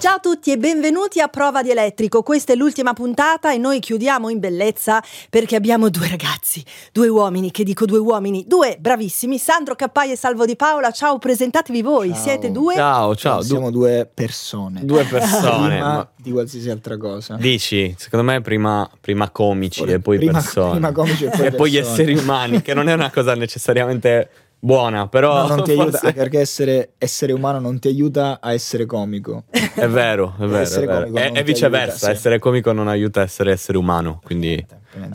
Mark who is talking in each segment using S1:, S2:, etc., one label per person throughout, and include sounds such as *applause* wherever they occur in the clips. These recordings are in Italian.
S1: Ciao a tutti e benvenuti a Prova di Elettrico. Questa è l'ultima puntata e noi chiudiamo in bellezza perché abbiamo due ragazzi, due uomini, che dico due uomini, due bravissimi, Sandro Cappai e Salvo Di Paola. Ciao, presentatevi voi,
S2: Ciao.
S1: siete due.
S3: Ciao, ciao.
S2: No, siamo due persone.
S3: due persone.
S2: Prima
S3: ma-
S2: di qualsiasi altra cosa.
S3: Dici, secondo me prima, prima comici e poi
S2: prima,
S3: persone.
S2: Prima comici e poi,
S3: e poi gli
S2: persone.
S3: esseri
S2: *laughs*
S3: umani, che non è una cosa necessariamente buona, però
S2: No, non ti aiuta,
S3: forse-
S2: *laughs* perché essere, essere umano non ti aiuta a essere comico.
S3: è vero, è vero.
S2: Essere
S3: è, vero.
S2: comico
S3: E-
S2: non
S3: e
S2: ti
S3: viceversa,
S2: aiuta, sì.
S3: essere comico non aiuta a essere essere umano, quindi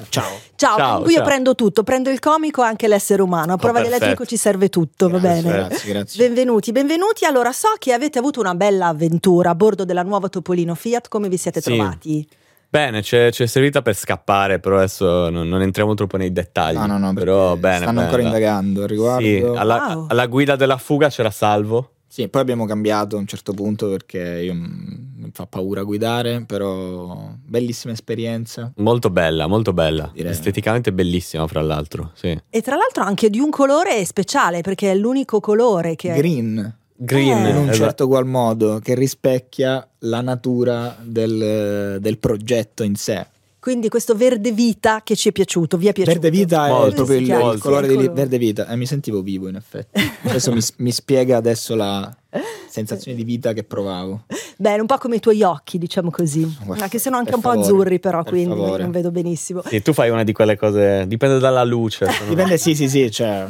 S2: Ciao.
S1: Ciao,
S3: Ciao,
S1: qui io
S3: ciao.
S1: prendo tutto, prendo il comico e anche l'essere umano. A
S3: Oh,
S1: Prova di
S3: perfetto.
S1: Elettrico ci serve tutto, va
S2: Grazie,
S1: bene?
S2: Grazie, grazie.
S1: Benvenuti, benvenuti. Allora, so che avete avuto una bella avventura a bordo della nuova Topolino Fiat. Come vi siete
S3: Sì.
S1: trovati?
S3: bene, c'è, c'è servita per scappare, però adesso non, non entriamo troppo nei dettagli.
S2: No, no, no,
S3: però
S2: perché
S3: bene.
S2: stanno
S3: bene.
S2: ancora indagando al riguardo.
S3: Sì, alla,
S1: Wow.
S3: alla guida della fuga c'era Salvo.
S2: Sì, poi abbiamo cambiato a un certo punto perché io, mm, mi fa paura guidare, però bellissima esperienza.
S3: Molto bella, molto bella.
S2: Direi.
S3: Esteticamente bellissima, fra l'altro. Sì.
S1: E tra l'altro anche di un colore speciale perché è l'unico colore che
S2: Green,
S3: Green,
S1: Eh.
S2: in un
S3: esatto.
S2: certo qual modo, che rispecchia la natura del, del progetto in sé.
S1: Quindi questo verde vita che ci è piaciuto, vi è piaciuto?
S2: Verde vita
S3: Molto.
S2: è proprio il,
S1: Come si chiama?
S2: il colore di
S1: Il colore.
S2: verde vita. E mi sentivo vivo, in effetti. Adesso mi, mi spiega adesso la sensazione di vita che provavo.
S1: Beh, un po' come i tuoi occhi, diciamo così.
S2: Guarda,
S1: che sono anche
S2: per
S1: un po'
S2: favore,
S1: azzurri però,
S2: per
S1: quindi
S2: favore.
S1: non vedo benissimo.
S3: Sì, tu fai una di quelle cose. Dipende dalla luce. se no-
S2: Dipende, sì, sì, sì, cioè,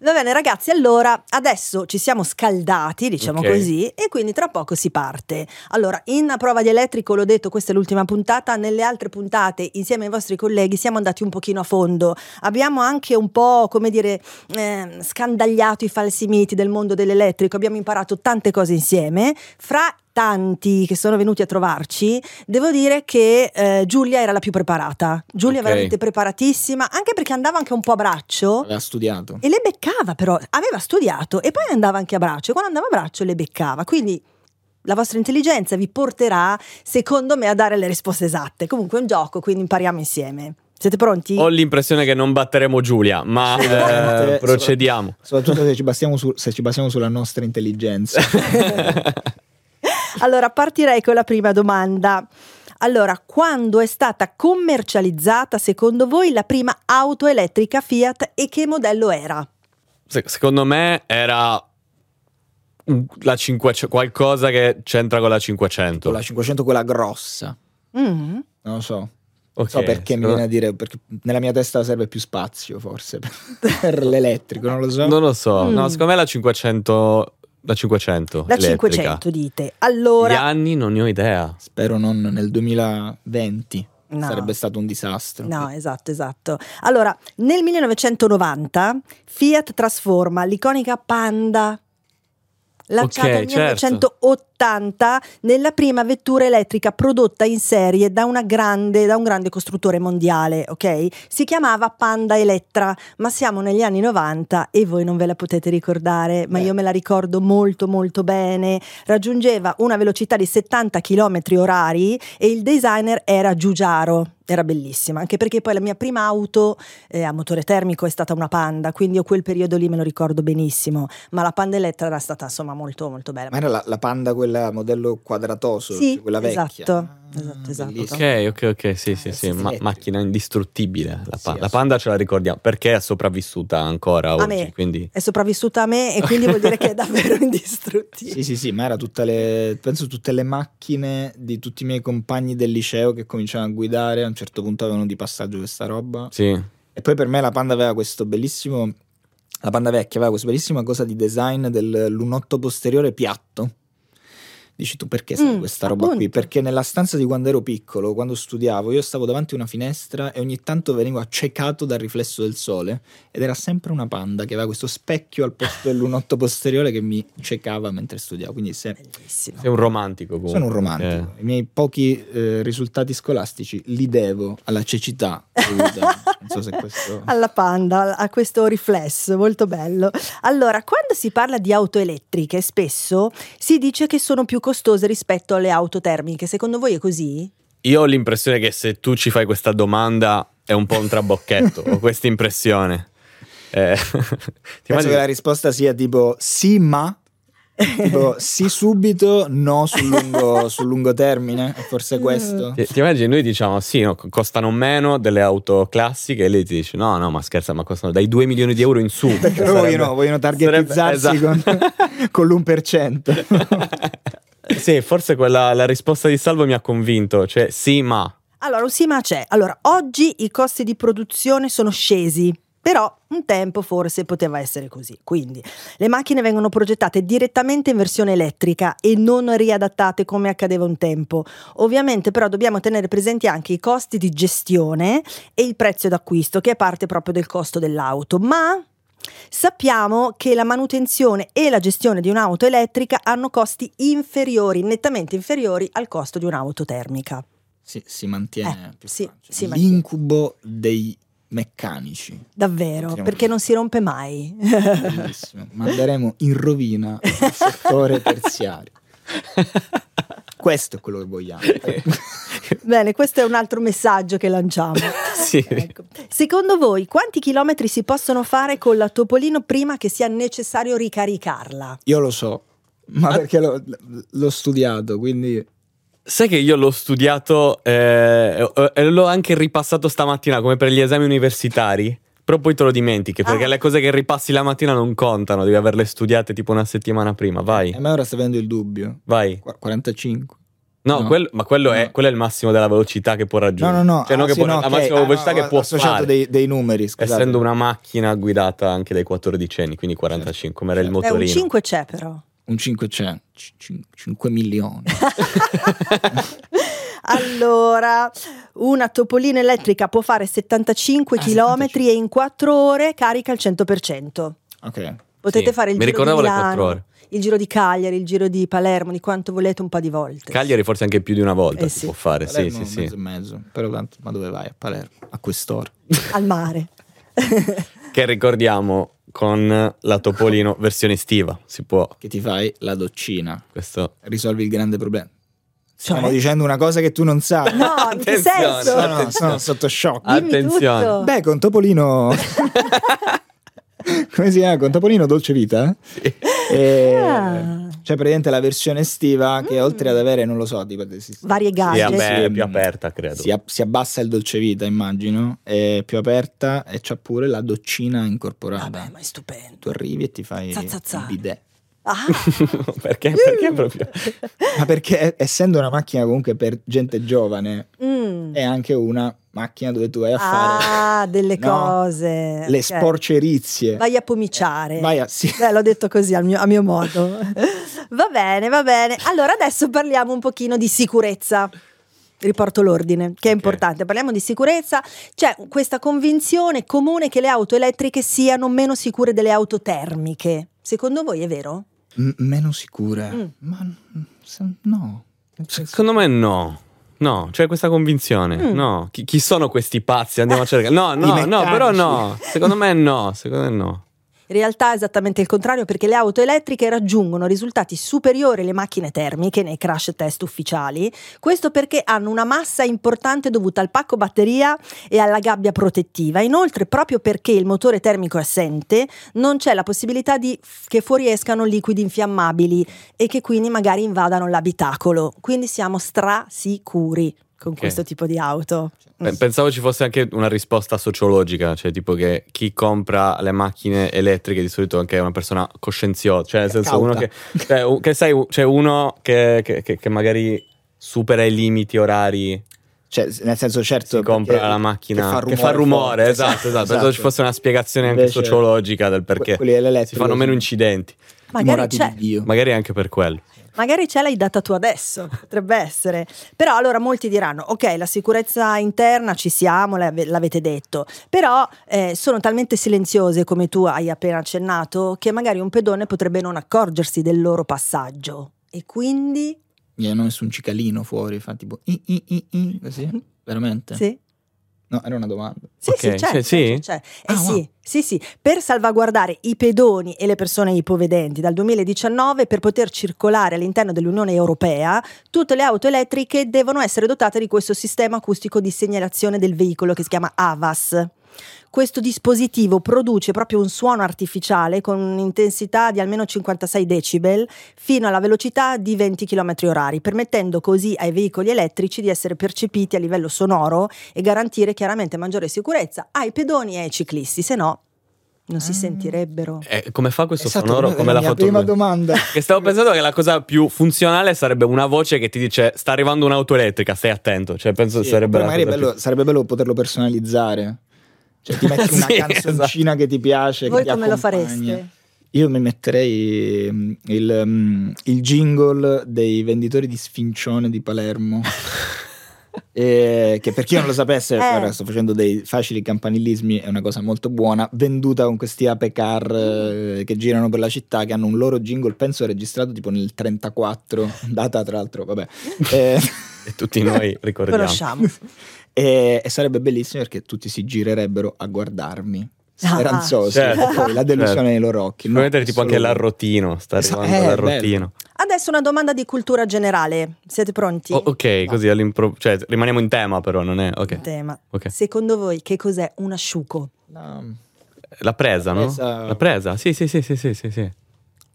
S1: Va bene ragazzi, allora adesso ci siamo scaldati, diciamo
S3: Ok.
S1: così, e quindi tra poco si parte. Allora, in prova di elettrico, l'ho detto, questa è l'ultima puntata, nelle altre puntate insieme ai vostri colleghi siamo andati un pochino a fondo, abbiamo anche un po', come dire, ehm, scandagliato i falsi miti del mondo dell'elettrico, abbiamo imparato tante cose insieme, fra tanti che sono venuti a trovarci, devo dire che eh, Giulia era la più preparata, Giulia
S3: Ok. Eh.
S1: veramente preparatissima, anche perché andava anche un po' a braccio.
S2: aveva studiato.
S1: E le beccava però, aveva studiato e poi andava anche a braccio, e quando andava a braccio le beccava, quindi la vostra intelligenza vi porterà, secondo me, a dare le risposte esatte. Comunque è un gioco, quindi impariamo insieme. Siete pronti?
S3: Ho l'impressione che non batteremo Giulia, ma eh,
S2: Sicuramente, *laughs*
S3: procediamo.
S2: Soprattutto se ci, basiamo su- se ci basiamo sulla nostra
S3: *laughs*
S2: intelligenza. Eh.
S1: Allora, partirei con la prima domanda. Allora, quando è stata commercializzata, secondo voi, la prima auto elettrica Fiat e che modello era?
S3: Se- secondo me era un- la 500 qualcosa che c'entra con la 500.
S2: la 500 quella grossa,
S1: Mm.
S2: non lo so.
S3: Ok,
S2: Non so perché mi
S3: secondo-
S2: viene a dire, perché nella mia testa serve più spazio forse *laughs* per, per
S3: *laughs*
S2: l'elettrico, non lo so.
S3: Non lo so.
S1: Mm.
S3: No, secondo me la 500 la 500
S1: La
S3: elettrica.
S1: 500 dite.
S3: Gli
S1: Allora,
S3: anni non ne ho idea.
S2: Spero non nel 2020,
S1: No.
S2: sarebbe stato un disastro.
S1: No, esatto, esatto. Allora, nel 1990 Fiat trasforma l'iconica Panda, lanciata
S3: Ok,
S1: nel
S3: certo.
S1: 1980, nella prima vettura elettrica prodotta in serie da, una grande, da un grande costruttore mondiale, ok? Si chiamava Panda Elettra, ma siamo negli anni 90 e voi non ve la potete ricordare, ma
S3: Eh.
S2: Beh.
S1: io me la ricordo molto molto bene. Raggiungeva una velocità di 70 km orari e il designer era Giugiaro. Era bellissima, anche perché poi la mia prima auto eh, a motore termico è stata una Panda, quindi io quel periodo lì me lo ricordo benissimo, ma la Panda Elettra era stata insomma molto molto bella.
S2: Ma era la, la panda quella modello quadratoso,
S1: Sì,
S2: cioè quella vecchia.
S1: esatto,
S2: Ah,
S1: esatto, esatto.
S2: bellissimo.
S3: Ok, ok, ok, sì, sì,
S2: Eh,
S3: sì,
S2: sì,
S3: ma-
S2: sì.
S3: macchina indistruttibile. La, pa-
S2: Sì,
S3: la panda ce la ricordiamo perché è sopravvissuta ancora oggi,
S1: me.
S3: quindi
S1: È sopravvissuta a me e quindi vuol dire che è
S2: *laughs*
S1: davvero indistruttibile.
S2: Sì, sì, sì, ma era tutte le, penso tutte le macchine di tutti i miei compagni del liceo che cominciavano a guidare, a un certo punto avevano di passaggio questa roba.
S3: sì.
S2: E poi per me la panda aveva questo bellissimo, la panda vecchia aveva questa bellissima cosa di design del lunotto posteriore piatto. Dici tu perché sai
S1: Mm,
S2: questa roba qui?
S1: appunto.
S2: Perché nella stanza di quando ero piccolo, quando studiavo, io stavo davanti a una finestra e ogni tanto venivo accecato dal riflesso del sole ed era sempre una panda che aveva questo specchio al posto del
S1: *laughs*
S2: lunotto posteriore che mi cecava mentre studiavo. Quindi se-
S1: Bellissimo.
S3: Sei un romantico
S1: Boh,
S3: comunque.
S2: sono un romantico. I miei pochi eh, risultati scolastici li devo
S1: *laughs*
S2: alla cecità. dovuta. non so se questo...
S1: Alla panda, a questo riflesso, molto bello. Allora, quando si parla di auto elettriche, spesso si dice che sono più costose rispetto alle auto termiche. Secondo voi è così?
S3: Eh, Io ho l'impressione che se tu ci fai questa domanda è un po' un
S2: *laughs*
S3: trabocchetto, ho questa impressione. Eh, *laughs* ti
S2: Penso
S3: immagini-
S2: che la risposta sia tipo sì, ma
S3: *laughs*
S2: Tipo, sì subito, no sul lungo, sul lungo termine, forse è questo.
S3: Ti, ti immagini, noi diciamo sì, no, co- costano meno delle auto classiche e lei ti dice no, no, ma scherza, ma costano dai 2 milioni di euro in su.
S2: *laughs* Perché loro vogliono, vogliono targetizzarsi
S3: sarebbe- esatto.
S2: con, *laughs* con
S3: *laughs*
S2: l'1%.
S3: sì, forse quella, la risposta di Salvo mi ha convinto, cioè
S2: *laughs*
S3: sì, ma... *laughs*
S1: Allora, un sì ma c'è. Allora, oggi i costi di produzione sono scesi. Però un tempo forse poteva essere così. Quindi le macchine vengono progettate direttamente in versione elettrica e non riadattate come accadeva un tempo. Ovviamente però dobbiamo tenere presenti anche i costi di gestione e il prezzo d'acquisto che è parte proprio del costo dell'auto. Ma sappiamo che la manutenzione e la gestione di un'auto elettrica hanno costi inferiori, nettamente inferiori al costo di un'auto termica.
S2: Sì, si mantiene.
S1: Eh,
S2: più
S1: sì,
S2: facile.
S1: si mantiene.
S2: L'incubo dei meccanici.
S1: Davvero,
S2: Continuiamo.
S1: perché non si rompe mai. *laughs*
S2: Bellissimo. Manderemo in rovina il settore terziario. Questo è quello che vogliamo.
S1: Bene, questo è un altro messaggio che lanciamo.
S3: *laughs* sì.
S1: Ecco. Secondo voi quanti chilometri si possono fare con la Topolino prima che sia necessario ricaricarla?
S2: Io lo so, ma
S3: Ah.
S2: perché l'ho, l'ho studiato, quindi
S3: Sai che io l'ho studiato eh, e- e l'ho anche ripassato stamattina come per gli esami universitari. Però poi te lo dimentichi perché
S1: Ah.
S3: le cose che ripassi la mattina non contano, devi averle studiate tipo una settimana prima. Vai,
S2: a me ora sta venendo il dubbio.
S3: vai.
S2: Qua- 45.
S3: No,
S2: No.
S3: quel- ma quello,
S2: No.
S3: È, quello è il massimo della velocità che può
S2: No, no,
S3: raggiungere.
S2: no.
S3: Cioè, non
S2: ah,
S3: che
S2: sì,
S3: può-
S2: no,
S3: la
S2: ok.
S3: massima
S2: Ah, no,
S3: velocità che
S2: ho
S3: può
S2: associato
S3: fare.
S2: Dei, dei numeri, scusate.
S3: Essendo una macchina guidata anche dai 14 anni, quindi 45, come era il
S2: Certo.
S1: Beh, un
S3: motorino.
S1: 5 c'è però. *laughs*
S2: Un 5 c'è, 5 milioni.
S1: allora, una Topolino elettrica può fare 75
S2: Ah,
S1: km
S2: 75.
S1: e in 4 ore carica il 100%.
S2: ok.
S1: Potete
S3: Sì,
S1: fare il
S3: mi
S1: giro di
S3: ricordavo le
S1: Milano,
S3: quattro ore.
S1: il giro di Cagliari, il giro di Palermo, di quanto volete un po' di volte.
S3: Cagliari forse anche più di una volta
S1: Eh
S3: si
S1: sì.
S3: può fare, sì,
S2: Palermo,
S3: sì, sì.
S2: mezzo e mezzo. Però tanto, ma dove vai a Palermo? A quest'ora.
S1: al mare.
S3: Che ricordiamo con la Topolino versione estiva, si può.
S2: Che ti fai la doccina.
S3: Questo
S2: Risolvi il grande problema.
S1: Cioè?
S2: Stiamo dicendo una cosa che tu non
S1: *laughs*
S2: sai.
S1: No, in che
S3: Attenzione,
S1: senso?
S2: No, no,
S1: Esatto.
S2: sono sotto shock.
S1: Dimmi
S3: Attenzione.
S1: tutto.
S2: Beh, con Topolino.
S1: *laughs*
S2: Come si chiama? Con Topolino Dolce Vita? E-
S1: Ah. Mm.
S2: C'è praticamente la versione estiva che oltre ad avere, non lo so, tipo, si-
S1: Varie
S3: sì,
S1: gadget.
S3: vabbè,
S2: Sì,
S3: è più
S2: mm.
S3: aperta, credo.
S2: si, ab- si abbassa il dolce vita, immagino, è più aperta e c'ha pure la doccina incorporata.
S1: Vabbè, ma è stupendo.
S2: Tu arrivi e ti fai
S1: Za, za, za.
S2: il bidet.
S1: *laughs* Ah.
S3: *laughs* perché? Eh, Perché proprio?
S2: Ma perché eh, essendo una macchina comunque per gente giovane,
S1: Mm.
S2: è anche una macchina dove tu vai a fare
S1: Ah, delle
S2: No.
S1: cose.
S2: le
S1: Ok.
S2: sporcerizie.
S1: Vai a pomiciare.
S2: eh. Vai a- sì.
S1: Beh, l'ho detto così al mio- a mio modo. *laughs* va bene, va bene. Allora adesso parliamo un pochino di sicurezza. Riporto l'ordine, che è
S3: Ok.
S1: importante. Parliamo di sicurezza. C'è questa convinzione comune che le auto elettriche siano meno sicure delle auto termiche. Secondo voi è vero?
S2: M- meno sicure.
S1: Mm.
S2: Ma n- se- no. Cioè,
S3: Secondo me no. No, c'è questa convinzione.
S1: Mm.
S3: No. Chi, chi sono questi pazzi? Andiamo a cercare.
S2: *laughs*
S3: No,
S2: I
S3: no, no,
S2: meccanici.
S3: però no. Secondo me no, secondo me no.
S1: In realtà è esattamente il contrario perché le auto elettriche raggiungono risultati superiori alle macchine termiche nei crash test ufficiali, questo perché hanno una massa importante dovuta al pacco batteria e alla gabbia protettiva. Inoltre, proprio perché il motore termico è assente, non c'è la possibilità di- che fuoriescano liquidi infiammabili e che quindi magari invadano l'abitacolo. Quindi siamo strasicuri con
S3: Ok.
S1: questo tipo di auto.
S3: Pe-
S2: Mm.
S3: Pensavo ci fosse anche una risposta sociologica, cioè tipo che chi compra le macchine elettriche di solito anche è una persona coscienziosa, cioè nel senso
S2: Cauta.
S3: uno che, cioè, u- che sai, u- c'è uno che, che- che- che magari supera i limiti orari,
S2: Cioè, s- nel senso, certo.
S3: si compra
S2: perché-
S3: la macchina
S2: che
S3: fa rumore,
S2: forte,
S3: esatto, esatto, Pensavo ci fosse una spiegazione anche
S2: Invece-
S3: sociologica del
S2: Que-
S3: perché
S2: quelli dell'elettrico
S3: si fanno meno
S2: sono-
S3: incidenti,
S1: Magari
S2: Timorati
S1: c'è.
S2: di Dio.
S3: magari anche per quello.
S1: Magari ce l'hai data tu adesso, potrebbe essere. Però allora molti diranno, ok, la sicurezza interna ci siamo, l'ave- l'avete detto, però eh, sono talmente silenziose come tu hai appena accennato che magari un pedone potrebbe non accorgersi del loro passaggio. E quindi...
S2: Gli hanno messo un cicalino fuori, fa tipo. "I, i, i, i", così. Veramente?
S1: Sì.
S2: No, era una domanda.
S1: Sì,
S3: Ok,
S1: sì, c'è,
S3: sì,
S1: c'è,
S3: sì?
S1: c'è, c'è. Eh
S2: Ah,
S1: sì,
S2: wow.
S1: sì, sì, per salvaguardare i pedoni e le persone ipovedenti dal 2019 per poter circolare all'interno dell'Unione Europea, tutte le auto elettriche devono essere dotate di questo sistema acustico di segnalazione del veicolo che si chiama AVAS. Questo dispositivo produce proprio un suono artificiale con un'intensità di almeno 56 decibel fino alla velocità di 20 km h permettendo così ai veicoli elettrici di essere percepiti a livello sonoro e garantire chiaramente maggiore sicurezza ai pedoni e ai ciclisti, se no non si
S2: Ah.
S1: sentirebbero.
S3: Eh, come fa questo
S2: Esatto,
S3: sonoro?
S2: era
S3: Come
S2: la
S3: l'ha
S2: mia
S3: fatto
S2: prima
S3: lui? *laughs*
S2: domanda.
S3: Che stavo pensando che la cosa più funzionale sarebbe una voce che ti dice sta arrivando un'auto elettrica, stai attento. Cioè, penso
S2: Sì,
S3: sarebbe
S2: oppure
S3: la
S2: magari è
S3: cosa *laughs*
S2: bello- sarebbe bello poterlo personalizzare. Cioè, ti metti una
S3: Sì,
S2: canzoncina
S3: esatto.
S2: che ti piace.
S1: Voi
S2: che ti
S1: come lo
S2: accompagna.
S1: fareste?
S2: Io mi metterei mm, il, mm, il jingle dei venditori di sfincione di
S3: *laughs*
S2: Palermo. E che per chi non lo sapesse,
S1: Eh.
S2: guarda, sto facendo dei facili campanilismi, è una cosa molto buona, venduta con questi ape car eh, che girano per la città, che hanno un loro jingle, penso registrato tipo nel 34, *laughs* data tra l'altro, vabbè. Eh,
S3: più- E tutti noi ricordiamo. *laughs*
S1: Conosciamo.
S2: *laughs* e, e sarebbe bellissimo perché tutti si girerebbero a guardarmi. Speranzosi,
S3: Certo.
S2: poi la delusione
S3: Certo.
S2: nei loro occhi.
S3: Puoi mettere tipo anche
S2: solo-
S3: l'arrotino, sta
S2: Esatto,
S3: arrivando
S2: eh,
S3: l'arrotino.
S1: Adesso una domanda di cultura generale. Siete pronti?
S3: Oh, ok,
S1: No.
S3: così all'improvviso. Cioè, rimaniamo in tema però, non è... Ok.
S1: Tema.
S3: Ok.
S1: Secondo voi che cos'è un asciugo?
S2: No.
S3: La presa,
S2: La
S3: no?
S2: presa-
S3: La presa, sì, sì, sì, sì, sì, sì, sì.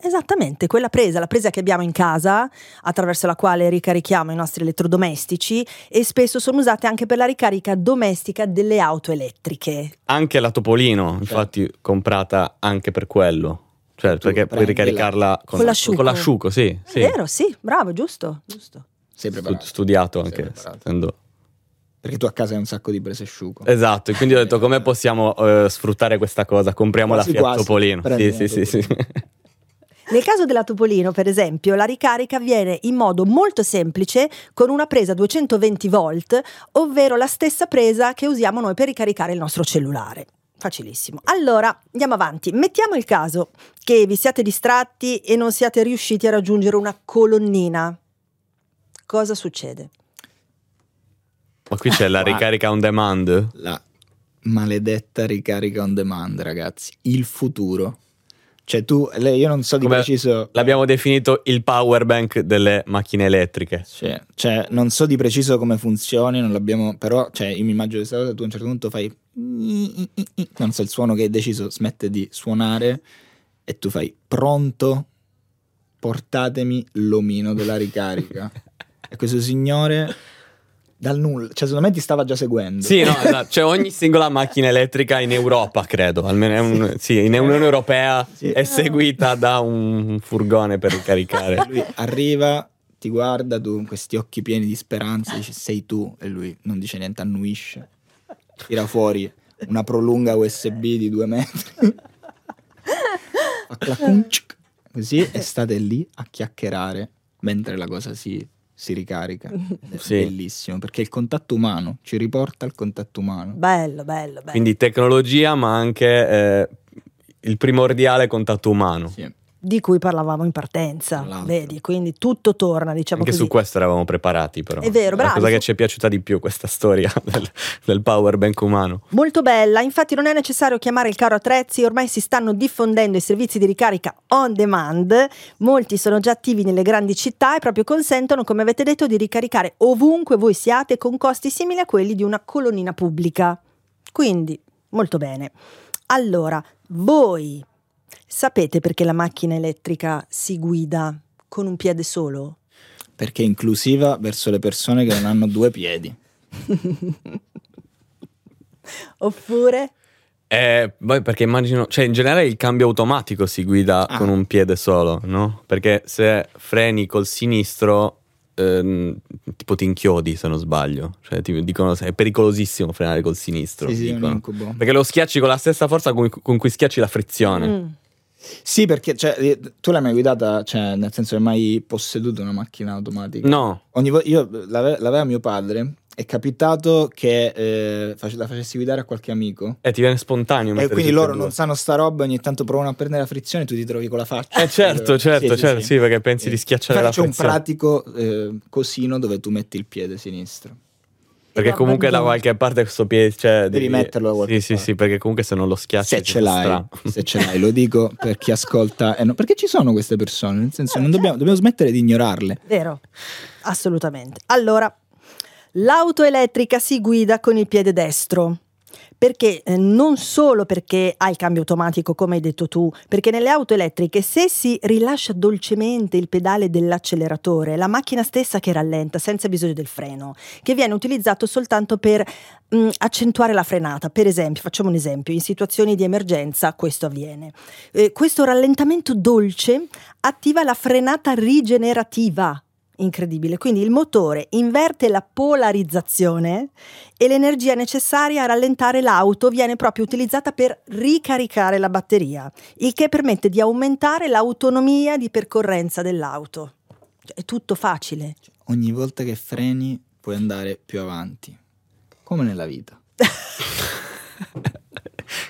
S1: Esattamente, quella presa, la presa che abbiamo in casa, attraverso la quale ricarichiamo i nostri elettrodomestici e spesso sono usate anche per la ricarica domestica delle auto elettriche.
S3: Anche la Topolino, infatti, comprata anche per quello. Cioè,
S2: Tu
S3: perché puoi
S2: prendi la-
S3: ricaricarla con,
S1: Con l'asciugo.
S3: con l'asciugo, sì.
S1: È
S3: sì.
S1: vero, sì, bravo, giusto, giusto.
S2: Sei
S3: Stu-
S2: preparato.
S3: studiato
S2: Sei
S3: anche.
S2: preparato.
S3: essendo-
S2: Perché tu a casa hai un sacco di presasciugo.
S3: Esatto, e quindi ho detto come possiamo eh, sfruttare questa cosa? Compriamo
S2: Quasi,
S3: la Fiat
S2: quasi.
S3: Topolino. Sì,
S2: Prendi
S3: sì,
S2: la
S3: sì, sì.
S1: Nel caso della Topolino, per esempio, la ricarica avviene in modo molto semplice con una presa 220 volt, ovvero la stessa presa che usiamo noi per ricaricare il nostro cellulare. Facilissimo. Allora, andiamo avanti. Mettiamo il caso che vi siate distratti e non siate riusciti a raggiungere una colonnina. Cosa succede?
S3: *laughs* Ma qui c'è la ricarica on demand.
S2: La maledetta ricarica on demand, ragazzi. Il futuro. Cioè tu, lei, io non so di
S3: Come-
S2: preciso...
S3: L'abbiamo definito il power bank delle
S2: *laughs*
S3: macchine elettriche.
S2: Cioè, cioè, non so di preciso come funzioni, non l'abbiamo... Però, cioè, io mi immagino questa cosa, tu a un certo punto fai... Non so, il suono che hai deciso smette di suonare e tu fai pronto, portatemi l'omino della
S3: *laughs*
S2: ricarica. e questo signore dal nulla, cioè secondo me ti stava già seguendo.
S3: Sì, no, esatto. Cioè, ogni singola macchina elettrica in Europa, credo, almeno è un- sì, in Unione Europea
S2: Sì.
S3: è seguita da un furgone per ricaricare.
S2: *laughs* *laughs* Lui arriva, ti guarda, tu con questi occhi pieni di speranza, dice sei tu e lui non dice niente, annuisce. Tira fuori una prolunga USB di due metri. Fa clacunc, così e state lì a chiacchierare mentre la cosa si, si ricarica. Ed È
S3: Sì.
S2: bellissimo perché il contatto umano ci riporta al contatto umano.
S1: Bello, bello, bello.
S3: Quindi tecnologia, ma anche eh, il primordiale contatto umano.
S2: Sì.
S1: Di cui parlavamo in partenza,
S2: Tra l'altro.
S1: vedi? Quindi tutto torna, diciamo
S3: Anche
S1: così.
S3: su questo eravamo preparati, però.
S1: È vero,
S3: La
S1: bravi,
S3: cosa
S1: su-
S3: che ci è piaciuta di più questa storia *laughs* del, del power bank umano.
S1: Molto bella, infatti non è necessario chiamare il carro attrezzi, ormai si stanno diffondendo i servizi di ricarica on demand, molti sono già attivi nelle grandi città e proprio consentono, come avete detto, di ricaricare ovunque voi siate con costi simili a quelli di una colonnina pubblica. Quindi, molto bene. Allora, voi sapete perché la macchina elettrica si guida con un piede solo?
S2: Perché è inclusiva verso le persone che non hanno due piedi.
S1: Oppure...
S3: Eh, poi perché immagino, cioè in generale il cambio automatico si guida
S2: Ah.
S3: con un piede solo, no? Perché se freni col sinistro, ehm, tipo ti inchiodi se non sbaglio. Cioè ti dicono se è pericolosissimo frenare col sinistro.
S2: Sì, sì, è un
S3: dicono.
S2: incubo.
S3: Perché lo schiacci con la stessa forza con, con cui schiacci la frizione.
S1: Mm.
S2: Sì, perché cioè, eh, tu l'hai mai guidata, cioè, nel senso, hai mai posseduto una macchina automatica?
S3: No,
S2: Ogni vo- io eh, l'ave- l'aveva mio padre, è capitato che eh, face- la facessi guidare a qualche amico.
S3: eh, ti viene spontaneo.
S2: E
S3: mettere
S2: quindi
S3: tutte e
S2: loro
S3: due.
S2: non sanno sta roba, ogni tanto provano a prendere la frizione e tu ti trovi con la faccia.
S3: Eh
S2: *laughs*
S3: certo, certo, certo, sì, perché pensi di schiacciare
S2: Infatti
S3: la
S2: C'è un
S3: frizione.
S2: pratico eh, cosino dove tu metti il piede sinistro.
S3: Perché
S1: Era
S3: comunque da
S1: bambino.
S3: qualche parte questo piede. Cioè,
S2: Devi metterlo da qualche
S3: Sì, sì,
S2: parte.
S3: sì, perché comunque se non lo schiacci.
S2: Se
S3: ti
S2: ce
S3: fa
S2: l'hai,
S3: strano.
S2: se ce l'hai, lo dico per chi ascolta. eh, no, perché ci sono queste persone? Nel senso,
S1: Eh,
S2: non dobbiamo, dobbiamo smettere di ignorarle.
S1: Vero, assolutamente. Allora, l'auto elettrica si guida con il piede destro. Perché eh, non solo perché ha il cambio automatico, come hai detto tu, perché nelle auto elettriche se si rilascia dolcemente il pedale dell'acceleratore, la macchina stessa che rallenta senza bisogno del freno, che viene utilizzato soltanto per mh, accentuare la frenata. Per esempio, facciamo un esempio, in situazioni di emergenza questo avviene. Eh, questo rallentamento dolce attiva la frenata rigenerativa. Incredibile, quindi il motore inverte la polarizzazione e l'energia necessaria a rallentare l'auto viene proprio utilizzata per ricaricare la batteria, il che permette di aumentare l'autonomia di percorrenza dell'auto. Cioè, è tutto facile.
S2: Ogni volta che freni puoi andare più avanti, come nella vita.
S3: *laughs*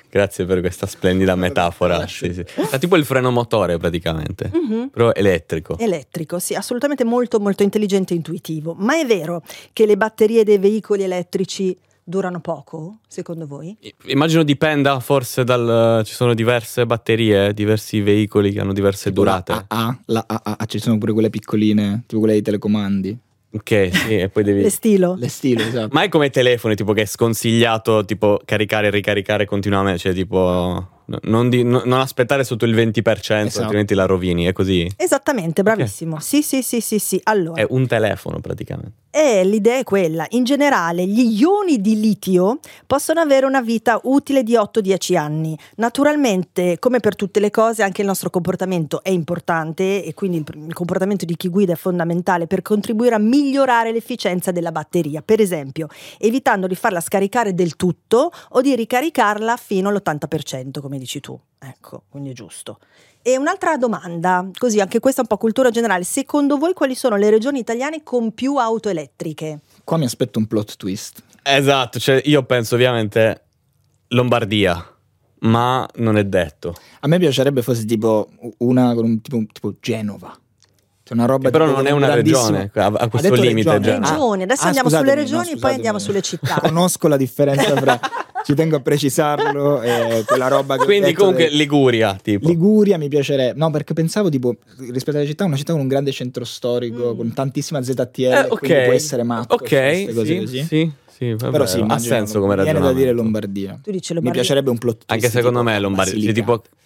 S3: Grazie per questa splendida metafora. Sì, sì. È tipo il freno motore praticamente,
S1: Mhm.
S3: però elettrico.
S1: Elettrico, sì, assolutamente molto molto intelligente e intuitivo. Ma è vero che le batterie dei veicoli elettrici durano poco, secondo voi?
S3: I- Immagino dipenda forse dal... ci sono diverse batterie, diversi veicoli che hanno diverse
S2: Tipo la
S3: durate.
S2: AA, la AA, ci sono pure quelle piccoline, tipo quelle dei telecomandi.
S3: Ok, sì, e poi
S1: *laughs*
S3: devi...
S1: Le stilo?
S2: Le
S3: *laughs*
S2: stile, esatto.
S3: Ma è come i telefoni, tipo che è sconsigliato tipo caricare e ricaricare continuamente, cioè tipo n- non, di- n- non aspettare sotto il 20%,
S2: Esatto.
S3: altrimenti la rovini, è così.
S1: Esattamente, bravissimo. Sì, sì, sì, sì, sì. Allora,
S3: È un telefono praticamente.
S1: E l'idea è quella, in generale gli ioni di litio possono avere una vita utile di 8-10 anni. Naturalmente, come per tutte le cose, anche il nostro comportamento è importante e quindi il, il comportamento di chi guida è fondamentale per contribuire a migliorare l'efficienza della batteria, per esempio, evitando di farla scaricare del tutto o di ricaricarla fino all'80%, come dici tu. Ecco, quindi è giusto. E un'altra domanda, così anche questa è un po' cultura generale, secondo voi quali sono le regioni italiane con più auto elettriche?
S2: Qua mi aspetto un plot twist.
S3: Esatto, cioè io penso ovviamente Lombardia, ma non è detto.
S2: A me piacerebbe fosse tipo una con un tipo, tipo Genova. Cioè una roba
S3: Che però
S2: tipo
S3: non è una
S2: grandissima.
S3: regione, a- a
S2: Ha
S3: questo
S2: detto
S3: limite,
S2: regione.
S3: già.
S1: Ah, Regioni, adesso andiamo sulle
S2: scusatemi,
S1: regioni e poi
S2: scusatemi.
S1: andiamo sulle città.
S2: Conosco la differenza
S1: *laughs*
S2: fra, ci tengo a precisarlo, eh, quella roba che ho
S3: Quindi
S2: detto
S3: comunque
S2: del-
S3: Liguria, tipo.
S2: Liguria mi piacerebbe, no perché pensavo tipo rispetto alla città, una città con un grande centro storico,
S1: Mm.
S2: con tantissima ZTL,
S3: Eh,
S2: quindi può essere matto. su
S3: Ok,
S2: queste cose
S3: sì,
S2: così.
S3: sì, sì, vabbè,
S2: Però sì,
S3: ha
S2: immagino,
S3: senso come
S2: mi viene da
S3: ragionamento.
S2: dire Lombardia.
S1: Tu dici
S2: Mi
S1: Lombardia.
S2: piacerebbe un plot twist.
S3: Anche secondo
S2: tipo
S3: me Lombardia, cioè,
S2: Basilicata.
S3: tipo...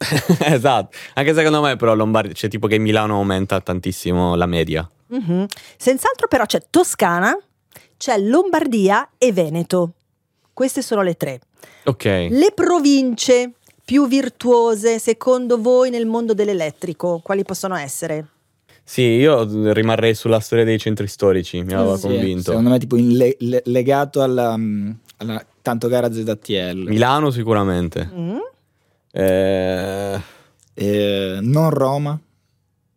S2: *laughs*
S3: esatto, anche secondo me però Lombardia, c'è tipo che Milano aumenta tantissimo la media.
S1: Mhm. Senz'altro però c'è Toscana, c'è Lombardia e Veneto. Queste sono le tre.
S3: Ok.
S1: Le province più virtuose secondo voi nel mondo dell'elettrico, quali possono essere?
S3: Sì, io rimarrei sulla storia dei centri storici, mi aveva
S1: Sì,
S3: convinto.
S2: Secondo me, tipo in le- le- legato alla, mm, alla tanto cara ZTL,
S3: Milano sicuramente.
S2: *laughs*
S1: Mm?
S3: Eh,
S2: Eh, non Roma.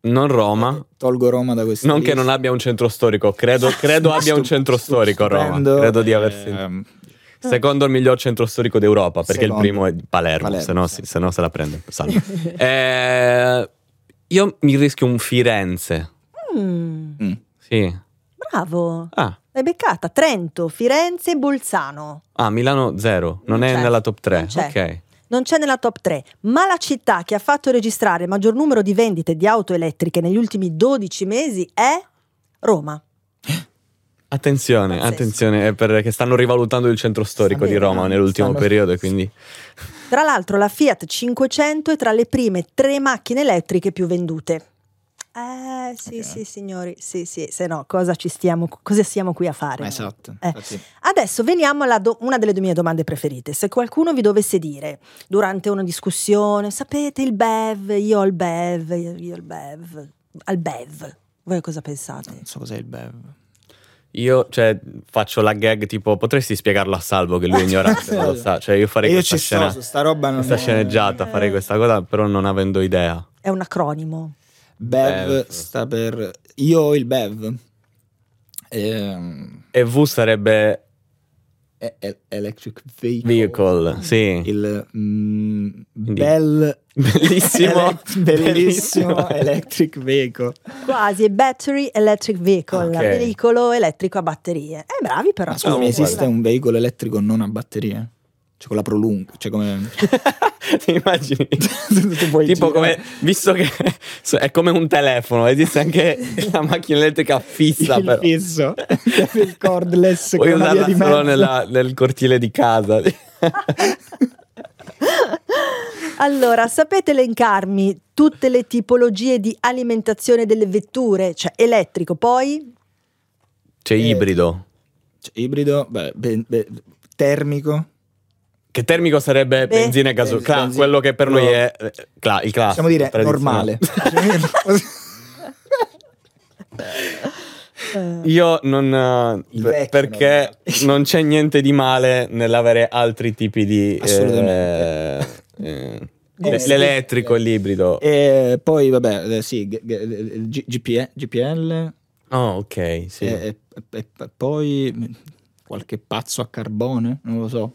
S3: non Roma.
S2: Tolgo Roma da questa
S3: Non che
S2: lista.
S3: non abbia un centro
S2: *laughs*
S3: storico, credo, credo abbia un
S2: Stu-
S3: centro
S2: stu-
S3: storico Roma.
S2: stupendo,
S3: Credo di aver
S2: ehm,
S3: sentito. Secondo il miglior centro storico d'Europa, perché
S2: Secondo.
S3: il primo è Palermo,
S2: Palermo,
S3: se, no,
S2: sì.
S3: si- se no se la prende. Salve. Eh, io mi rischio un Firenze.
S1: Mm,
S2: mm.
S3: Sì.
S1: bravo,
S3: Ah,
S1: l'hai beccata. Trento, Firenze e Bolzano.
S3: ah, Milano zero, non,
S1: Non
S3: è
S1: c'è.
S3: nella top 3.
S1: Non c'è.
S3: Ok.
S1: Non c'è nella top 3, ma la città che ha fatto registrare il maggior numero di vendite di auto elettriche negli ultimi 12 mesi è Roma.
S3: Attenzione,
S1: Pazzesco.
S3: attenzione, è perché stanno rivalutando il centro storico di
S2: Stanno-
S3: Roma nell'ultimo
S2: stanno-
S3: periodo, quindi
S1: Tra l'altro la Fiat 500 è tra le prime tre macchine elettriche più vendute. Eh sì,
S2: Ok.
S1: sì signori, sì sì, se no cosa ci stiamo, cosa siamo qui a fare? no?
S2: Esatto.
S1: Eh.
S2: infatti.
S1: Adesso veniamo alla do- una delle due mie domande preferite. Se qualcuno vi dovesse dire durante una discussione, sapete il BEV, io ho il BEV, io ho il BEV, al BEV, voi cosa pensate?
S2: Non so cos'è il Bev.
S3: io cioè, faccio la gag tipo potresti spiegarlo a Salvo che lui è
S2: *laughs*
S3: ignorante, non lo sa, cioè io farei
S2: E io
S3: questa
S2: ci
S3: scena,
S2: sto, su sta roba non
S3: questa
S2: è-
S3: sceneggiata, farei questa cosa però non avendo idea.
S1: È un acronimo.
S2: Bev,
S3: Bev.
S2: sta per io ho il Bev. Ehm,
S3: E V sarebbe
S2: e- e- electric vehicle.
S3: vehicle, sì.
S2: Il mm,
S3: Quindi-
S2: bel
S3: Bellissimo,
S2: *laughs* elec- bellissimo electric vehicle.
S1: Quasi, battery electric vehicle,
S3: Ok.
S1: veicolo elettrico a batterie. Eh, bravi però.
S2: Ma Ah, scusami,
S3: No,
S2: esiste
S3: guarda.
S2: un veicolo elettrico non a batterie? Cioè con la prolunga, cioè come... *laughs*
S3: Ti *laughs* immagini?
S2: Tu puoi
S3: tipo
S2: girare.
S3: come, visto che *laughs* so, è come un telefono, esiste anche *laughs* la macchina elettrica fissa
S2: il
S3: però.
S2: fisso *laughs* il cordless
S3: Puoi
S2: con una via
S3: usarla
S2: di
S3: solo
S2: mezzo.
S3: nella- nel cortile di casa. Cioè,
S1: Allora, sapete elencarmi tutte le tipologie di alimentazione delle vetture, cioè elettrico, poi
S3: C'è
S2: Eh.
S3: ibrido.
S2: Cioè, ibrido beh, ben- beh, termico
S3: Che termico sarebbe
S1: Beh.
S3: benzina e gasolio?
S2: Benzina.
S3: Cla- quello che per noi è eh, cla- il classico.
S2: possiamo dire
S3: tradizionale.
S2: normale
S3: *laughs*
S2: *laughs*
S1: Eh,
S3: Io non. eh,
S2: Il vecchio
S3: perché
S2: normale.
S3: non c'è niente di male nell'avere altri tipi di.
S2: Assolutamente.
S3: eh, eh,
S2: Gusti.
S3: l'elettrico, il librido.
S2: e poi vabbè eh, sì g- g- G- GPL, GPL
S3: Oh, ok. Sì.
S2: e, e- e poi qualche pazzo a carbone non lo so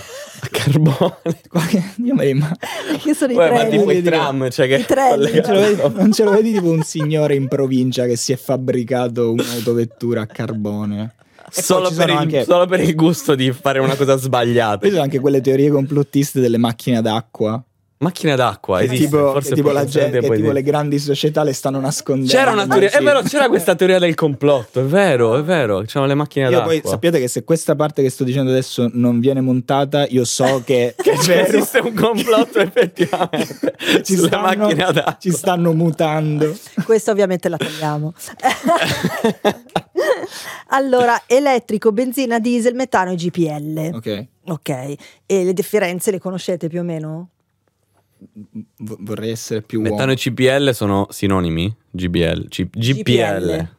S3: *laughs* Carbone.
S2: Qualche- io me li immagino
S1: che sono
S3: Uè,
S1: i
S3: ma
S1: treni?
S3: tipo
S2: Voglio
S3: i
S2: dire,
S3: tram, cioè che
S1: i treni,
S2: Non ce lo
S3: *laughs* collegano-
S2: vedi- non ce lo vedi tipo un signore in provincia che si è fabbricato un'autovettura a carbone. E
S3: Solo
S2: poi ci sono
S3: per, il,
S2: anche-
S3: solo per il gusto di fare una cosa sbagliata.
S2: *laughs* Poi ci sono anche quelle teorie complottiste delle macchine d'acqua.
S3: Macchina d'acqua,
S2: Che
S3: esiste,
S2: tipo,
S3: forse
S2: che tipo la gente,
S3: potenzialmente
S2: che
S3: puoi
S2: tipo
S3: dire.
S2: le grandi società le stanno nascondendo.
S3: C'era una teoria, eh, è
S2: Sì.
S3: vero, c'era questa teoria del complotto, è vero, è vero, c'erano le macchine
S2: Io
S3: d'acqua.
S2: poi sappiate che se questa parte che sto dicendo adesso non viene montata, io so
S3: *laughs*
S2: che,
S3: che
S2: è
S3: c'è-
S2: vero.
S3: esiste
S2: *laughs*
S3: un complotto effettivamente
S2: Ci
S3: sulla
S2: stanno-
S3: macchina d'acqua.
S2: Ci
S1: *laughs*
S2: stanno mutando.
S1: Questa ovviamente la tagliamo. *laughs* allora, elettrico, benzina, diesel, metano e GPL.
S2: Ok,
S1: Ok, e le differenze le conoscete più o meno?
S2: v- vorrei essere più
S3: Metano
S2: uomo.
S3: e CPL sono sinonimi? GBL, C- GPL,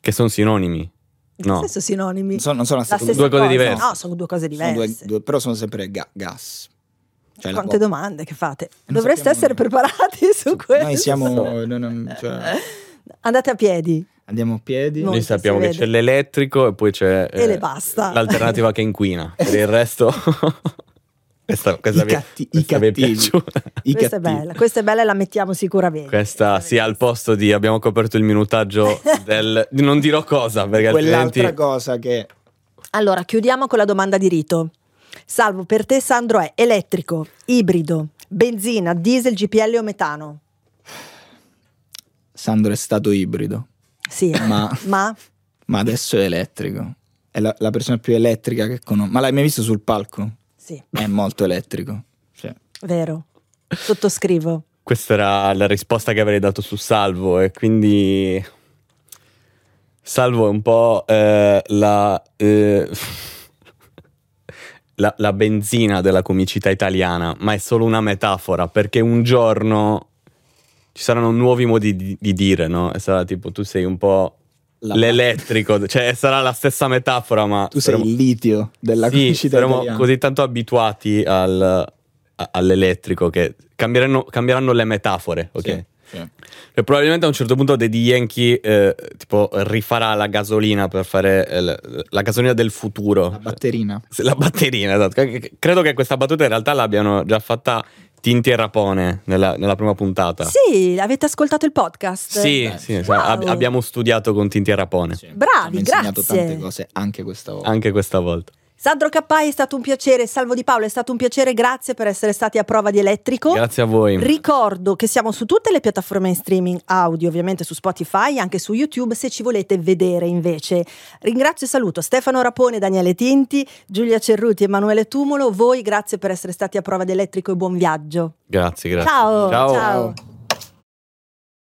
S3: che sono sinonimi.
S1: In che
S3: No.
S1: senso sinonimi?
S2: Non sono, non sono la
S1: La
S2: stessa
S1: stessa
S3: due cose
S1: cosa.
S3: diverse.
S1: No, sono due cose
S2: Sono due-
S1: diverse.
S2: due- però sono sempre ga- gas. Cioè la
S1: Quante
S2: coppia.
S1: domande che fate?
S2: non
S1: Dovreste
S2: sappiamo-
S1: essere
S2: *laughs*
S1: preparati su questo.
S2: Noi siamo. no, no, cioè,
S1: *laughs* Andate a piedi.
S2: andiamo a piedi.
S1: No.
S3: Noi
S1: Molto
S3: sappiamo
S1: si
S3: che
S1: vede.
S3: c'è l'elettrico e poi c'è eh,
S1: E le basta.
S3: l'alternativa
S1: *laughs*
S3: che inquina. Per il resto, *laughs* questa, questa
S2: I
S3: vi-
S2: catti- i
S3: questa vi è
S2: cattivi.
S3: piaciuta.
S2: I
S1: questa è
S2: cattivi.
S1: bella, questa è bella e la mettiamo sicuramente.
S3: Questa sì, al posto di abbiamo coperto
S1: *laughs*
S3: il minutaggio del di- non dirò cosa perché
S2: Quell'altra
S3: altrimenti
S2: cosa che.
S1: Allora, chiudiamo con la domanda di rito. Salvo, per te Sandro è elettrico, ibrido, benzina, diesel, GPL o metano?
S2: Sandro è stato ibrido,
S1: Sì,
S3: *laughs*
S2: Ma-
S1: ma
S2: ma adesso è elettrico. È la, la persona più elettrica che conosco. Ma l'hai mai visto sul palco?
S1: sì,
S2: È molto elettrico. Cioè,
S1: vero. Sottoscrivo.
S3: questa era la risposta che avrei dato su Salvo e quindi Salvo è un po' eh, la, eh, *laughs* la la benzina della comicità italiana, ma è solo una metafora perché un giorno ci saranno nuovi modi di, di dire, no? E sarà tipo tu sei un po'
S2: la-
S3: l'elettrico, cioè sarà la stessa metafora, ma
S2: tu sei
S3: saremo-
S2: il litio della
S3: sì,
S2: comicità
S3: saremo
S2: italiana.
S3: così tanto abituati al- a- all'elettrico che cambieranno, cambieranno le metafore, ok?
S2: Sì, sì.
S3: E probabilmente a un certo punto Daddy Yankee eh, tipo rifarà la gasolina per fare eh, la- la gasolina del futuro.
S2: La batterina.
S3: Se La batterina, esatto. C- Credo che questa battuta in realtà l'abbiano già fatta Tinti e Rapone nella, nella prima puntata.
S1: Sì, avete ascoltato il podcast?
S3: sì,
S2: Beh,
S3: sì,
S2: wow.
S3: cioè, ab- abbiamo studiato con Tinti e Rapone.
S2: Sì.
S1: Bravi,
S2: Ci hanno insegnato
S1: grazie.
S2: tante cose anche questa volta.
S3: Anche questa volta.
S1: Sandro Cappai è stato un piacere, Salvo Di Paolo è stato un piacere, grazie per essere stati a prova di elettrico.
S3: Grazie a voi.
S1: Ricordo che siamo su tutte le piattaforme in streaming audio, ovviamente su Spotify, anche su YouTube se ci volete vedere invece. Ringrazio e saluto Stefano Rapone, Daniele Tinti, Giulia Cerruti, Emanuele Tumulo. Voi grazie per essere stati a prova d'elettrico e buon viaggio.
S3: Grazie, grazie.
S1: Ciao, ciao.